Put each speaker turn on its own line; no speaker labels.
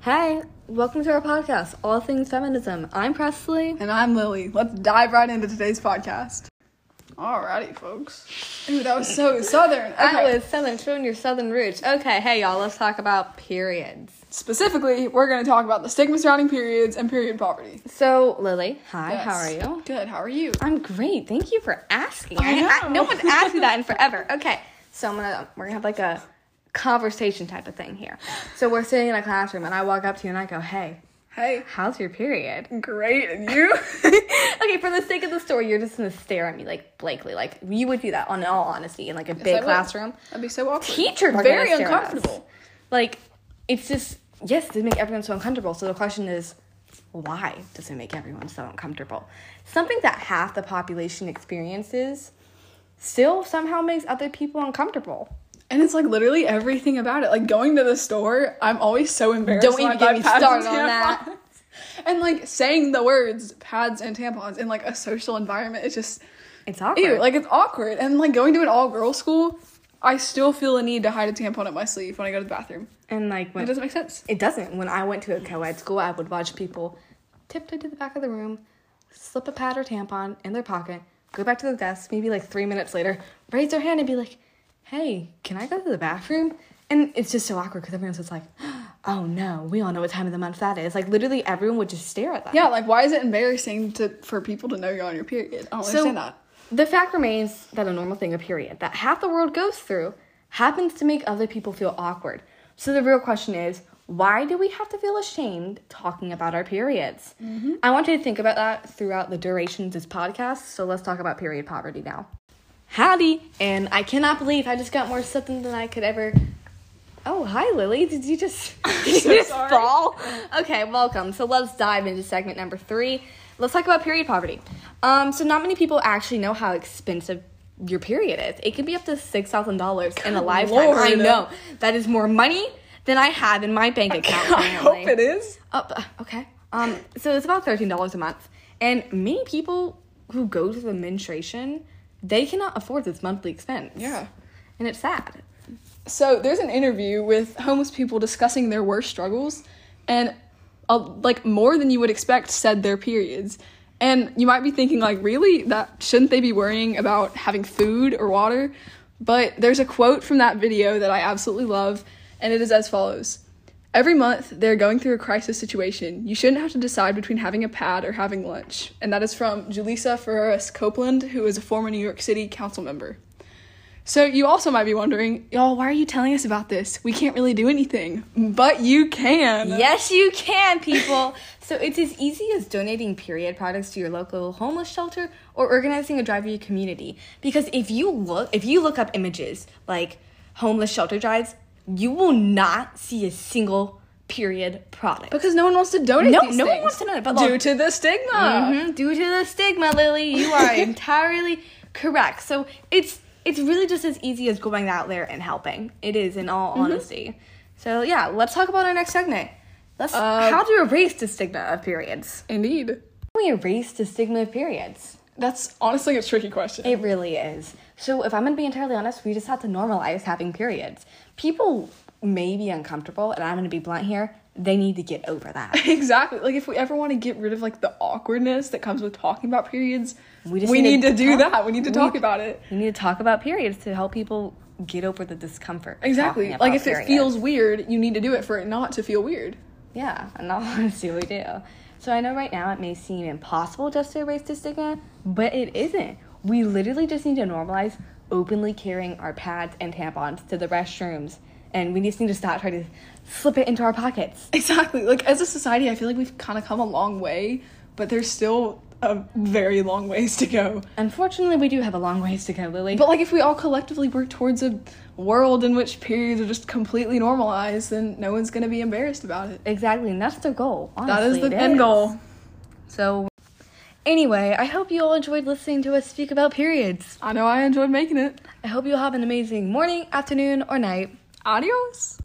Hi, welcome to our podcast, All Things Feminism. I'm Presley.
And I'm Lily. Let's dive right into today's podcast. Alrighty, folks. Ooh, that was so southern.
That
Okay.
was Southern, showing your Southern roots. Okay, hey y'all, let's talk about periods.
Specifically, we're going to talk about the stigma surrounding periods and period poverty.
So, Lily, hi,
Yes.
how are you?
Good. How are you?
I'm great. Thank you for asking.
I
I- I- no
know.
one asked me that in forever. Okay, so I'm gonna we're gonna have like a conversation type of thing here. So we're sitting in a classroom, and I walk up to you and I go, "Hey,
Hey.
how's your period?"
Great. And you?
okay, for the sake of the story, you're just gonna stare at me like blankly, like you would do that on in all honesty in like a
I
big
would.
classroom.
That'd be so awkward.
Teacher,
We're
very
gonna stare at us.
uncomfortable. Like, it's just yes, they make everyone so uncomfortable. So the question is, why does it make everyone so uncomfortable? Something that half the population experiences still somehow makes other people uncomfortable.
And it's like literally everything about it. Like going to the store, I'm always so embarrassed.
Don't even
when I
get
buy
me
pads
started
and
on that.
tampons. And like saying the words pads and tampons in like a social environment, it's just
It's awkward.
Ew, like it's awkward. And like going to an all girl school, I still feel a need to hide a tampon up my sleeve when I go to the bathroom.
and like when
It doesn't make sense.
It doesn't. When I went to a co ed school, I would watch people tiptoe to the back of the room, slip a pad or tampon in their pocket, go back to the desk, maybe like three minutes later, raise their hand and be like, hey, can I go to the bathroom? And it's just so awkward because everyone's just like, oh no, we all know what time of the month that is. Like literally everyone would just stare at that.
Yeah, like why is it embarrassing to for people to know you're on your period? I don't understand that.
The fact remains that a normal thing, a period, that half the world goes through, happens to make other people feel awkward. So the real question is, why do we have to feel ashamed talking about our periods? I want you to think about that throughout the duration of this podcast. So let's talk about period poverty now. Howdy, and I cannot believe I just got more stuff than I could ever. Oh, hi, Lily. Did you just, did you just
sorry.
fall? Okay, welcome. So let's dive into segment number three. Let's talk about period poverty. Um, so not many people actually know how expensive your period is. It can be up to six thousand dollars in a lifetime. I
Lord.
know that is more money than I have in my bank account.
I hope it is.
Oh, b- okay. Um, so it's about thirteen dollars a month, and many people who go to the menstruation, they cannot afford this monthly expense.
Yeah.
and it's sad.
So there's an interview with homeless people discussing their worst struggles, and uh, like more than you would expect said their periods. And you might be thinking like, really? That shouldn't they be worrying about having food or water? But there's a quote from that video that I absolutely love, and it is as follows. Every month they're going through a crisis situation. You shouldn't have to decide between having a pad or having lunch. And that is from Julissa Ferreras Copeland, who is a former New York City council member. So you also might be wondering, y'all, why are you telling us about this? We can't really do anything, but you can.
Yes, you can, people. so it's as easy as donating period products to your local homeless shelter or organizing a drive for your community. Because if you look, if you look up images like homeless shelter drives, you will not see a single period product.
Because no one wants to donate.
No-
these
no one
things
wants to donate, but
due
look-
to the stigma.
Mhm, Due to the stigma, Lily, you are entirely correct. So it's it's really just as easy as going out there and helping. It is, in all
Mm-hmm.
honesty. So yeah, let's talk about our next segment. Let's
Uh,
how to erase the stigma of periods.
Indeed,
How do we erase the stigma of periods?
that's honestly a tricky question.
It really is. So, if I'm gonna be entirely honest, we just have to normalize having periods. People may be uncomfortable, and I'm gonna be blunt here, they need to get over that.
exactly. Like if we ever want to get rid of like the awkwardness that comes with talking about periods,
We
we,
just
need,
need to
to, do
talk-
that. We need to
we-
talk about it.
We need to talk about periods to help people get over the discomfort. of
Exactly.
talking
Like
about
if
periods.
it feels weird, you need to do it for it not to feel weird.
Yeah, and all honesty, we do. So I know right now it may seem impossible just to erase the stigma, but it isn't. We literally just need to normalize openly carrying our pads and tampons to the restrooms, and we just need to stop trying to slip it into our pockets.
Exactly. Like as a society, I feel like we've kind of come a long way, but there's still a very long ways to go.
Unfortunately, we do have a long ways to go, Lily.
But like if we all collectively work towards a world in which periods are just completely normalized, then no one's gonna be embarrassed about it.
exactly, and that's the goal.
That is
honestly,
the
it
end
is.
goal.
So, anyway, I hope you all enjoyed listening to us speak about periods.
I know I enjoyed making it.
I hope you all have an amazing morning, afternoon, or night.
Adios.